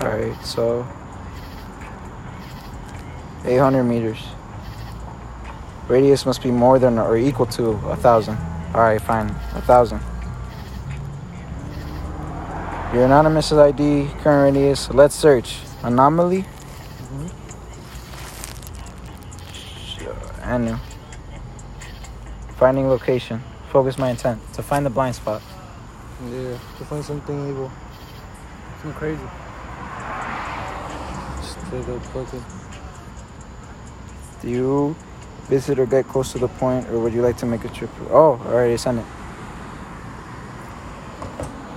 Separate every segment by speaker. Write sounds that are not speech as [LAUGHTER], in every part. Speaker 1: Alright, so. 800 meters. Radius must be more than or equal to a thousand. Alright, fine. A thousand. Your anonymous ID, current radius. Let's search. Anomaly? Mm-hmm. Sure, I knew. Finding location. Focus my intent to find the blind spot.
Speaker 2: Yeah, to find something evil.
Speaker 3: Something crazy.
Speaker 2: Just straight up fucking.
Speaker 1: Do you visit or get close to the point, or would you like to make a trip? Oh, I already sent it.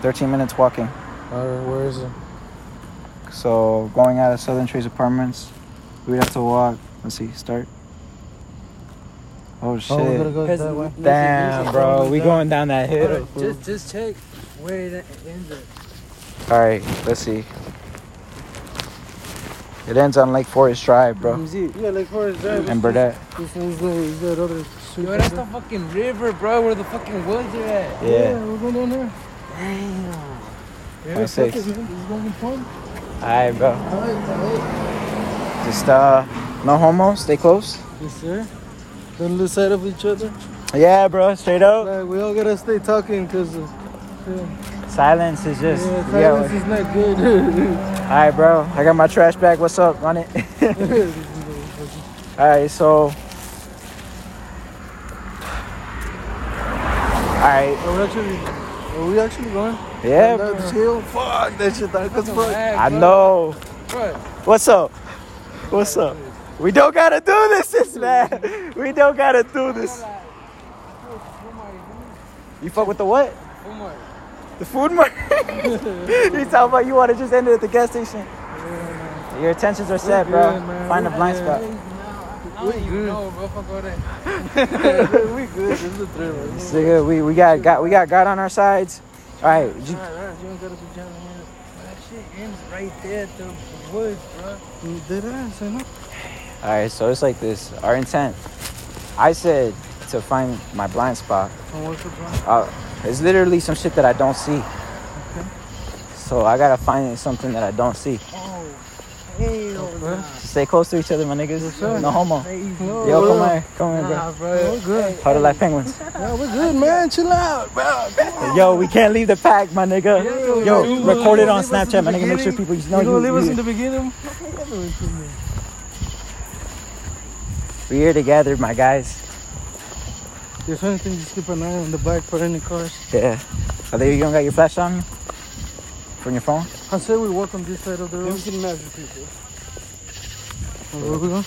Speaker 1: 13 minutes walking.
Speaker 2: Alright, where is it?
Speaker 1: So, going out of Southern Trace Apartments, we'd have to walk. Let's see, start. Oh, shit.
Speaker 2: Oh, we're gonna go
Speaker 3: Has
Speaker 2: that way.
Speaker 3: music-
Speaker 1: Damn,
Speaker 3: music
Speaker 1: bro.
Speaker 3: going
Speaker 1: We
Speaker 3: down.
Speaker 1: going down that hill.
Speaker 3: Hold on, Just, just check where it ends at.
Speaker 1: All right, let's see. It ends on Lake Forest Drive, bro.
Speaker 3: Music.
Speaker 2: Yeah, like where is that?
Speaker 1: And Burdett.
Speaker 2: This is the, is that other street?
Speaker 3: Yo, that's the fucking river, bro, where the fucking woods are at.
Speaker 1: Yeah.
Speaker 2: we're going down there.
Speaker 3: Damn.
Speaker 2: Yeah,
Speaker 1: Five,
Speaker 2: fuck it,
Speaker 1: six.
Speaker 2: This is fucking fun.
Speaker 1: All right, bro.
Speaker 2: Alright, alright.
Speaker 1: Just, uh, no homo. Stay close.
Speaker 2: Yes, sir. Don't lose sight of each other.
Speaker 1: Yeah, bro. Straight up.
Speaker 2: Like, we all gotta stay talking because yeah,
Speaker 1: Silence is just.
Speaker 2: yeah,
Speaker 1: [LAUGHS] Yeah.
Speaker 2: silence is not good. [LAUGHS]
Speaker 1: All right, bro. I got my trash bag. What's up? Run it. [LAUGHS] All right, so. All right.
Speaker 2: are we actually, are we actually going?
Speaker 1: Yeah,
Speaker 2: Down this
Speaker 1: bro.
Speaker 2: hill? Fuck, that shit dark as fuck.
Speaker 1: I know.
Speaker 3: Bro,
Speaker 1: What's up? What's up? We don't gotta do this,
Speaker 2: [LAUGHS]
Speaker 1: this man. We don't gotta do this. You fuck with the what?
Speaker 3: Omar,
Speaker 1: The food market. [LAUGHS] you talking about you wanna just end it at the gas station? Your intentions are set, bro.
Speaker 2: good, man.
Speaker 1: Find a
Speaker 2: We're
Speaker 1: blind
Speaker 2: good.
Speaker 1: spot.
Speaker 3: I don't even know, bro. Fuck all
Speaker 2: [LAUGHS]
Speaker 3: that.
Speaker 2: we good. This is a thrill.
Speaker 1: So, yeah, we we got got we got God on our sides. All right, you-
Speaker 3: Alright, alright, you don't gotta be jumping in. But That shit ends right there at the woods, bro.
Speaker 2: Dead ass, I know.
Speaker 1: All right, so it's like this. Our intent. I said to find my blind spot.
Speaker 2: And what's the plan?
Speaker 1: Uh, it's literally some shit that I don't see. So I gotta find something that I don't see.
Speaker 3: Oh, hell
Speaker 2: bro.
Speaker 3: nah.
Speaker 1: Stay close to each other, my niggas. No homo.
Speaker 3: Crazy.
Speaker 2: No,
Speaker 1: Yo, come
Speaker 2: we're good.
Speaker 1: here, come here, bro.
Speaker 3: Nah, bro.
Speaker 2: We're good.
Speaker 1: How to life penguins.
Speaker 2: Yeah, we're good, man. Chill out, bro.
Speaker 1: Yo, we can't leave the pack, my nigga.
Speaker 2: You
Speaker 1: Yo,
Speaker 2: gonna
Speaker 1: record it
Speaker 2: leave
Speaker 1: on
Speaker 2: us in the
Speaker 1: Snapchat, my nigga. Make sure
Speaker 2: beginning?
Speaker 1: people
Speaker 2: You
Speaker 1: know
Speaker 2: gonna leave us
Speaker 1: you.
Speaker 2: in
Speaker 1: you-
Speaker 2: the beginning?
Speaker 1: We're here together, my guys.
Speaker 2: If anything, just keep an eye on the back for any cars.
Speaker 1: Yeah. Are they? You don't got your flash on you? From your phone?
Speaker 2: I say we walk on this side of the road. We can measure people. Where we going?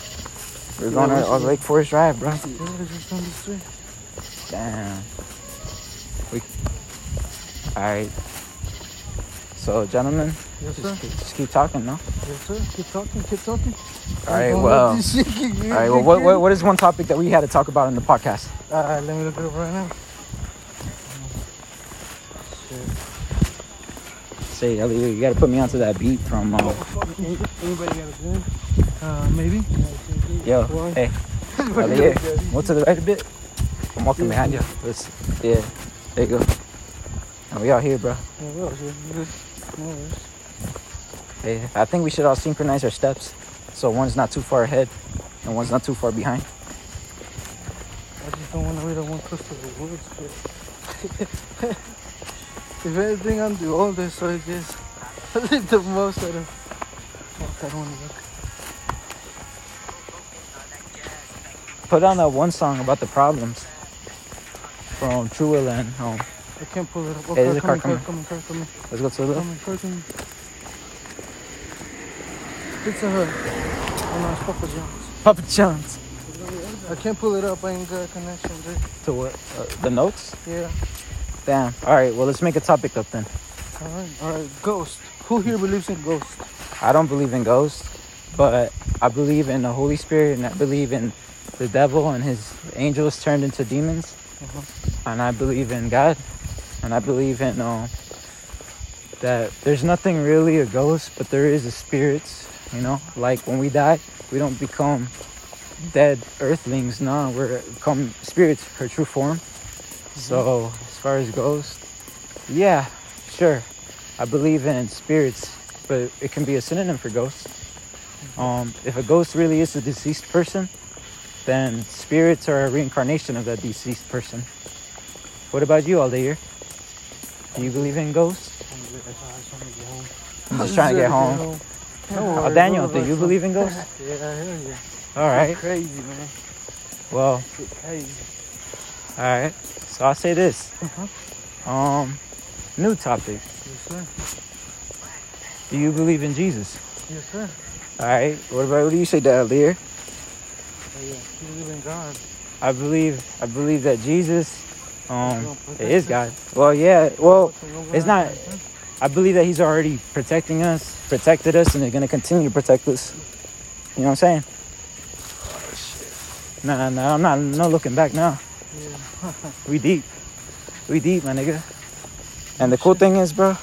Speaker 1: We're going to on Lake Forest Drive, bro.
Speaker 2: Yeah, just down the street.
Speaker 1: Damn. We. All right. So, gentlemen,
Speaker 2: Yes, sir.
Speaker 1: just, just keep talking, no?
Speaker 2: Yes, sir. Keep talking. Keep talking.
Speaker 1: All right. Well. All right. Well, what, what, what is one topic that we had to talk about in the podcast?
Speaker 2: Uh, let me look it up right now.
Speaker 1: Say, Elliot, you gotta put me onto that beat from. Uh,
Speaker 2: Anybody got a gun? Uh, maybe.
Speaker 1: yo, eh,
Speaker 2: Why? [LAUGHS]
Speaker 1: hey, Elliot, what's to the right a bit? I'm walking behind you. Let's, yeah, there you go. And we all here, bro.
Speaker 2: Yeah, well, yeah, yeah. No worries.
Speaker 1: Hey, I think we should all synchronize our steps, so one's not too far ahead, and one's not too far behind.
Speaker 2: I just don't want to read that one close to the woods. But... [LAUGHS] if anything, I'm the oldest, so I guess [LAUGHS] I live the most out of fuck, I don't want to look.
Speaker 1: Put on that one song about the problems from True Will and Home.
Speaker 2: I can't pull it up.
Speaker 1: Hey, there's a car
Speaker 2: coming, coming, car coming,
Speaker 1: Let's go to the
Speaker 2: car
Speaker 1: left.
Speaker 2: coming, car coming. Pizza Hut. Oh no, it's Papa John's.
Speaker 1: Papa John's.
Speaker 2: I can't pull it up. I ain't got a connection, dude.
Speaker 1: To what? Uh, the notes?
Speaker 2: Yeah.
Speaker 1: Damn. All right, well, let's make a topic up then.
Speaker 2: All right. All right. Ghost. Who here believes in ghosts?
Speaker 1: I don't believe in ghosts, but I believe in the Holy Spirit and I believe in the devil and his angels turned into demons.
Speaker 2: Uh-huh.
Speaker 1: And I believe in God and I believe in uh, that there's nothing really a ghost, but there is a spirits, you know? Like when we die, we don't become dead earthlings, no, we're come spirits, her true form. So as far as ghosts, yeah, sure. I believe in spirits but it can be a synonym for ghost. Um, if a ghost really is a deceased person, then spirits are a reincarnation of that deceased person. What about you, Aldair? Do you believe in ghosts? I'm just trying to get home.
Speaker 2: Don't
Speaker 1: Oh,
Speaker 2: worry,
Speaker 1: Daniel,
Speaker 2: we'll
Speaker 1: do you
Speaker 2: about
Speaker 1: believe in ghosts?
Speaker 2: some- Yeah, I hear you.
Speaker 1: All right.
Speaker 2: Crazy, man.
Speaker 1: Well,
Speaker 2: Shit crazy.
Speaker 1: all right. So I'll say this. Um, new topic.
Speaker 2: Yes, sir.
Speaker 1: Do you believe in Jesus?
Speaker 2: Yes, sir.
Speaker 1: All right. What about what do you say, Aldair?
Speaker 2: Oh, yeah. You believe in God.
Speaker 1: I believe I believe that Jesus, um,
Speaker 2: Well,
Speaker 1: it is God. Well, yeah. Well, it's not. I believe that He's already protecting us, protected us, and is gonna continue to protect us. You know what I'm saying? Nah, nah. I'm not. No looking back now.
Speaker 2: Yeah.
Speaker 1: We deep. We deep, my nigga. And the cool thing is, bro,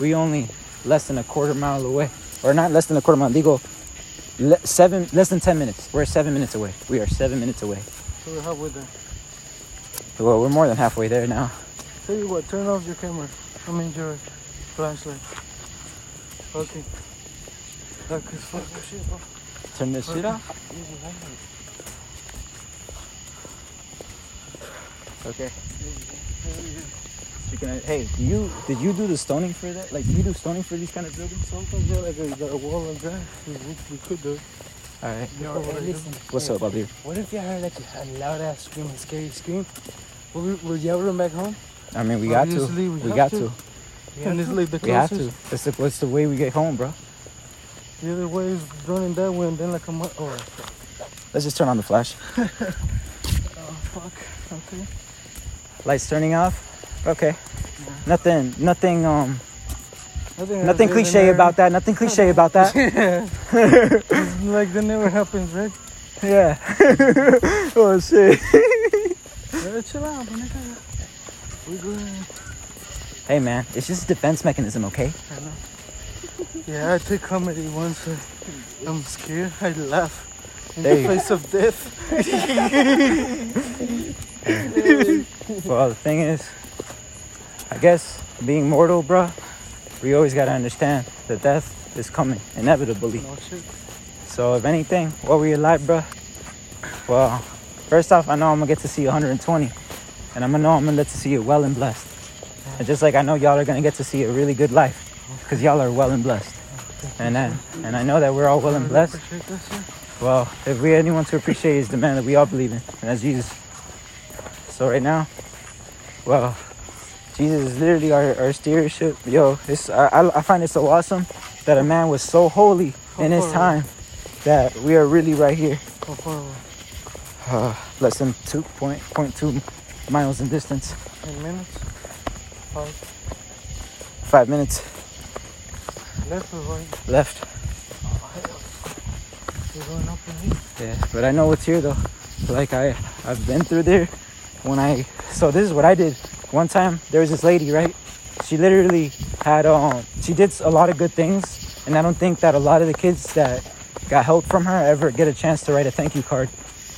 Speaker 1: we only less than a quarter mile away, or not less than a quarter mile. Digo, le- seven, less than ten minutes. We're seven minutes away. We are seven minutes away.
Speaker 2: So we're halfway there.
Speaker 1: Well, we're more than halfway there now.
Speaker 2: Tell you what, turn off your camera. I mean your flashlight. Okay. That could fuck.
Speaker 1: Turn this shit off. Okay. You can, hey, do you did you do the stoning for that? Like, do you do stoning for these kind of buildings?
Speaker 2: Sometimes yeah, like a, like a wall like that, we, we, we could do. it.
Speaker 1: All right.
Speaker 3: Yo, hey, listen.
Speaker 1: What's
Speaker 3: hey,
Speaker 1: up, Bobby?
Speaker 3: What if you heard like a loud ass scream, a scary scream? Will, we, will y'all run back home?
Speaker 1: I mean, we got to.
Speaker 2: Obviously, we
Speaker 1: We
Speaker 2: have
Speaker 1: got
Speaker 2: to.
Speaker 1: to.
Speaker 2: And it's like the
Speaker 1: We have
Speaker 2: closest.
Speaker 1: to. That's the, that's the way we get home, bro.
Speaker 2: The other way is running that way and then like a mu- Oh,
Speaker 1: Let's just turn on the flash.
Speaker 2: oh, fuck. Okay.
Speaker 1: Lights turning off. Okay. Nothing. Nothing. Um.
Speaker 2: Nothing, out
Speaker 1: Nothing
Speaker 2: there,
Speaker 1: cliche
Speaker 2: there.
Speaker 1: about [LAUGHS] that. Nothing cliche about that.
Speaker 2: [LAUGHS] Yeah. It's [LAUGHS] like that never happens, right?
Speaker 1: yeah. [LAUGHS] oh shit. [LAUGHS]
Speaker 2: Yeah, chill out, my nigga. We good.
Speaker 1: Hey man, it's just a defense mechanism, okay?
Speaker 2: Yeah, I did comedy once. uh, I'm scared. I laugh in
Speaker 1: There
Speaker 2: the
Speaker 1: you go.
Speaker 2: face of death.
Speaker 1: Well, the thing is, I guess being mortal, bruh, we always gotta understand that death is coming inevitably.
Speaker 2: No shit.
Speaker 1: So if anything, while we alive, bruh, well, first off, I know I'm gonna get to see 120, and I'm gonna know I'm gonna get to see it well and blessed. And just like I know y'all are gonna get to see a really good life, cause y'all are well and blessed. And then, and I know that we're all well and blessed.
Speaker 2: Appreciate that shit.
Speaker 1: Well, if we had anyone to appreciate is the man that we all believe in, and that's Jesus. So right now, well, Jesus is literally our, our stewardship. Yo, it's, I, I I find it so awesome that a man was so holy in his time that we are really right here,
Speaker 2: Go forward.
Speaker 1: uh, less than 2.2 miles in distance,
Speaker 2: In minutes. Five.
Speaker 1: five minutes
Speaker 2: Left or right?
Speaker 1: left.
Speaker 2: We're going up in here.
Speaker 1: Yeah, but I know what's here though. Like I, I've been through there. When I, so this is what I did. One time there was this lady, right? She literally had um, she did a lot of good things, and I don't think that a lot of the kids that got help from her ever get a chance to write a thank you card.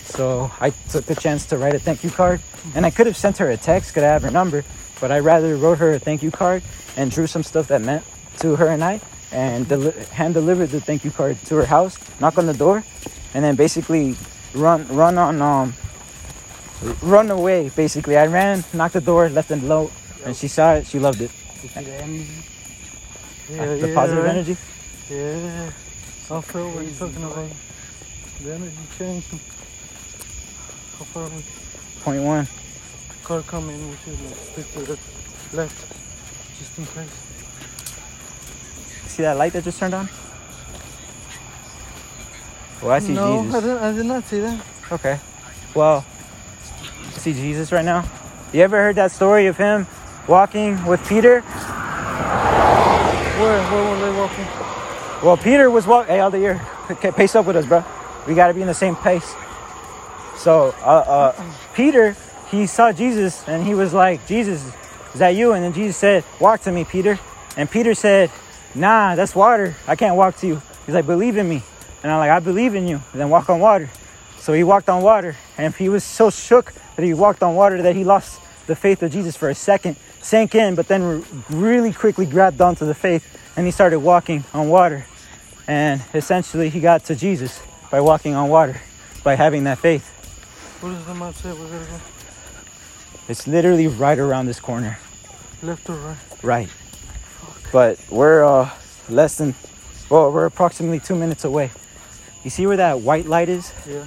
Speaker 1: So I took the chance to write a thank you card, and I could have sent her a text, could I have her number, but I rather wrote her a thank you card and drew some stuff that meant to her and I, and deli- hand delivered the thank you card to her house, knock on the door, and then basically run run on um run away basically i ran knocked the door left it low and she saw it she loved it
Speaker 3: You see the energy?
Speaker 2: Yeah,
Speaker 1: the
Speaker 2: yeah,
Speaker 1: positive
Speaker 2: right?
Speaker 1: energy
Speaker 2: Yeah. I feel what you're talking about. The energy change. How far we
Speaker 1: point one
Speaker 2: car coming, we should like stick to the left. Just in case.
Speaker 1: see that light that just turned on well i see
Speaker 2: no, I,
Speaker 1: jesus
Speaker 2: didn't, I did not see that.
Speaker 1: okay well I see jesus right now you ever heard that story of him walking with peter
Speaker 2: Where? Where were they walking?
Speaker 1: well peter was walking hey all the year okay pace up with us bro we got to be in the same pace so uh, uh, peter he saw jesus and he was like jesus is that you and then jesus said walk to me peter and peter said nah that's water i can't walk to you he's like believe in me and i'm like i believe in you and then walk on water so he walked on water and he was so shook that he walked on water that he lost the faith of jesus for a second sank in but then re- really quickly grabbed onto the faith and he started walking on water. And essentially, he got to Jesus by walking on water, by having that faith.
Speaker 2: What does the map say? We gotta go
Speaker 1: It's literally right around this corner.
Speaker 2: left or right?
Speaker 1: Right. But we're uh, less than, well, we're approximately two minutes away. You see where that white light is?
Speaker 2: Yeah.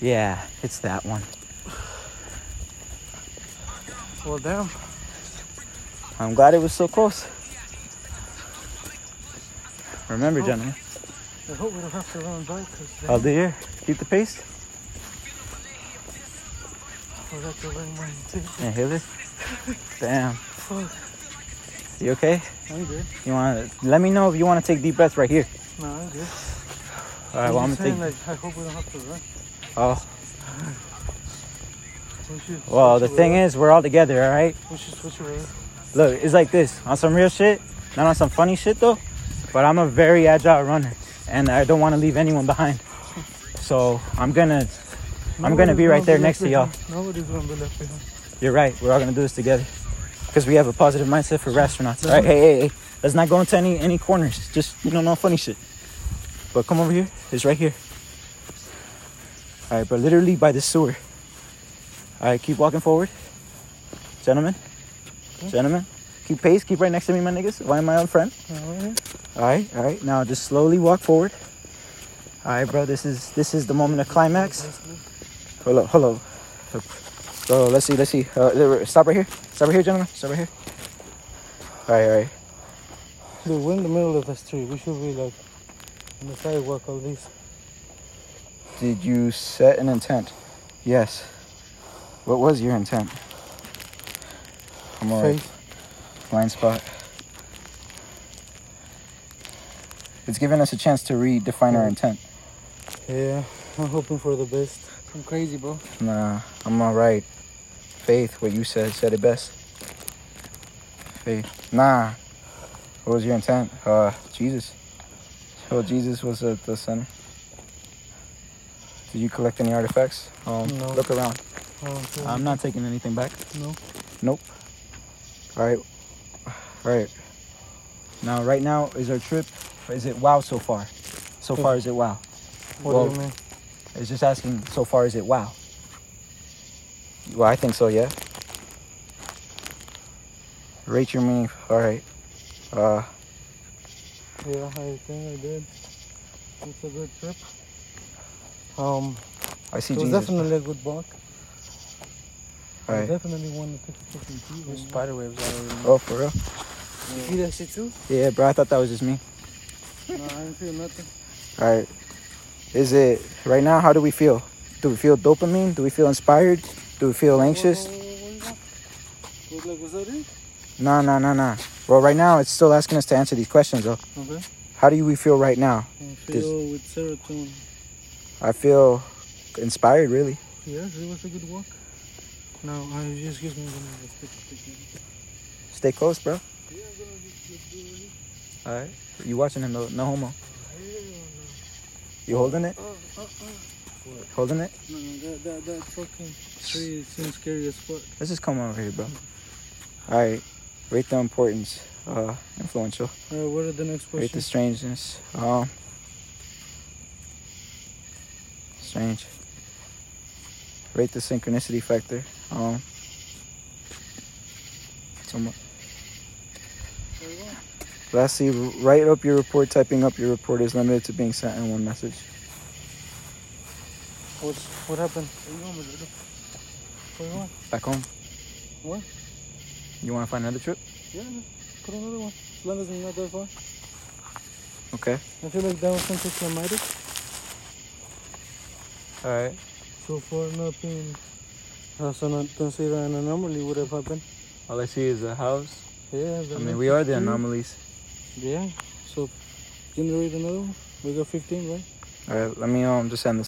Speaker 1: Yeah, it's that one.
Speaker 2: Well, damn.
Speaker 1: I'm glad it was so close. Remember,
Speaker 2: Oh.
Speaker 1: gentlemen,
Speaker 2: I hope we don't have to run back because
Speaker 1: I'll do here. Keep the pace.
Speaker 2: we'll have to run back too.
Speaker 1: Yeah, hear this? Damn.
Speaker 2: Fuck.
Speaker 1: You okay?
Speaker 2: I'm good.
Speaker 1: You want to let me know if you want to take deep breaths right here.
Speaker 2: No, I'm good.
Speaker 1: All right,
Speaker 2: I'm
Speaker 1: well, I'm
Speaker 2: just
Speaker 1: gonna
Speaker 2: saying,
Speaker 1: take.
Speaker 2: like, I hope we don't have to run.
Speaker 1: Oh,
Speaker 2: We should
Speaker 1: well, the
Speaker 2: switch it
Speaker 1: thing
Speaker 2: around.
Speaker 1: is, we're all together, all right?
Speaker 2: we should switch around.
Speaker 1: Look, it's like this on some real shit, not on some funny shit though. But I'm a very agile runner, and I don't want to leave anyone behind. So I'm gonna. I'm gonna
Speaker 2: Nobody's
Speaker 1: be right there
Speaker 2: left
Speaker 1: next to y'all.
Speaker 2: behind. Nobody's gonna be left behind.
Speaker 1: You're right. We're all gonna do this together, because we have a positive mindset for astronauts. All right, hey, hey, hey. Let's not go into any any corners. Just you know, no funny shit. But come over here. It's right here. All right, but literally by the sewer. All right, keep walking forward, gentlemen. Gentlemen, keep pace. Keep right next to me, my niggas. Why am I on front? All right, all right. Now just slowly walk forward. All right, bro. This is this is the moment of climax. Hold up, hold up. So let's see, let's see. Uh, there- stop right here. Stop right here, gentlemen. Stop right here. All right, all right.
Speaker 2: Dude, we're in the middle of the street. We should be like on the sidewalk at least.
Speaker 1: Did you set an intent? Yes. What was your intent? I'm alright.
Speaker 2: Faith.
Speaker 1: Blind spot. It's giving us a chance to redefine our
Speaker 2: Mhm.
Speaker 1: intent.
Speaker 2: Yeah, I'm hoping for the best. I'm crazy, bro.
Speaker 1: Nah, I'm alright. Faith, what you said, said it best. Faith. Nah. What was your intent? Uh, Jesus. So Jesus was at the center. Did you collect any artifacts? Um,
Speaker 2: No.
Speaker 1: Look around.
Speaker 2: Oh, okay.
Speaker 1: I'm not taking anything back.
Speaker 2: No.
Speaker 1: Nope. All right. All right. Now, right now is our trip. Is it wow so far? So
Speaker 2: Yeah.
Speaker 1: far, is it wow?
Speaker 2: What
Speaker 1: well-
Speaker 2: do you mean?
Speaker 1: It's just asking, so far, is it wow? Well, I think so, yeah. Rate your meaning. All right. Uh,
Speaker 2: Yeah, I think I did. It's a good trip. Um,
Speaker 1: I see
Speaker 2: it was
Speaker 1: Jesus.
Speaker 2: definitely a good walk.
Speaker 1: All
Speaker 2: I
Speaker 1: right.
Speaker 2: definitely want to take a fucking pee. right now.
Speaker 3: Spider webs all over me.
Speaker 1: Oh, for real?
Speaker 3: You see that shit too?
Speaker 1: Yeah, bro. I thought that was just me.
Speaker 2: No, I didn't feel nothing.
Speaker 1: All right. Is it right now? How do we feel? Do we feel dopamine? Do we feel inspired? Do we feel anxious?
Speaker 2: Whoa, whoa, whoa, what is that? Was like, was that it?
Speaker 1: No, no, no, no. Well, right now it's still asking us to answer these questions, though.
Speaker 2: Okay.
Speaker 1: How do we feel right now?
Speaker 2: I feel with serotonin.
Speaker 1: I feel inspired, really.
Speaker 2: Yes, it was a good walk. Now, I just give me the number. Take- take it.
Speaker 1: Stay close, bro.
Speaker 2: Yeah, I'm gonna just- just do it.
Speaker 1: All right. You watching him though? No homo.
Speaker 2: Yeah.
Speaker 1: You holding it?
Speaker 2: Oh, oh, oh.
Speaker 1: Holding it?
Speaker 2: No, that, that, that fucking tree seems scary as fuck.
Speaker 1: Let's just come over here, bro. All right. Rate the importance. Uh, influential.
Speaker 2: Uh, what are the next
Speaker 1: Rate the
Speaker 2: questions?
Speaker 1: strangeness. Um, strange. Rate the synchronicity factor. Um, somewhat. Lastly, write up your report. Typing up your report is limited to being sent in one message.
Speaker 2: What's, what happened? Put it on.
Speaker 1: Back home.
Speaker 2: What?
Speaker 1: You want to find another trip?
Speaker 2: Yeah, put another one. As long as it's not that far.
Speaker 1: Okay.
Speaker 2: I feel like that was something traumatic.
Speaker 1: All right.
Speaker 2: So far, nothing. Also, not consider an anomaly would have happened.
Speaker 1: All I see is a house.
Speaker 2: Yeah, the
Speaker 1: I mean,
Speaker 2: next
Speaker 1: we are the
Speaker 2: 15.
Speaker 1: anomalies.
Speaker 2: Yeah, so generate another one. We got 15, right?
Speaker 1: All right. Let me um just end this.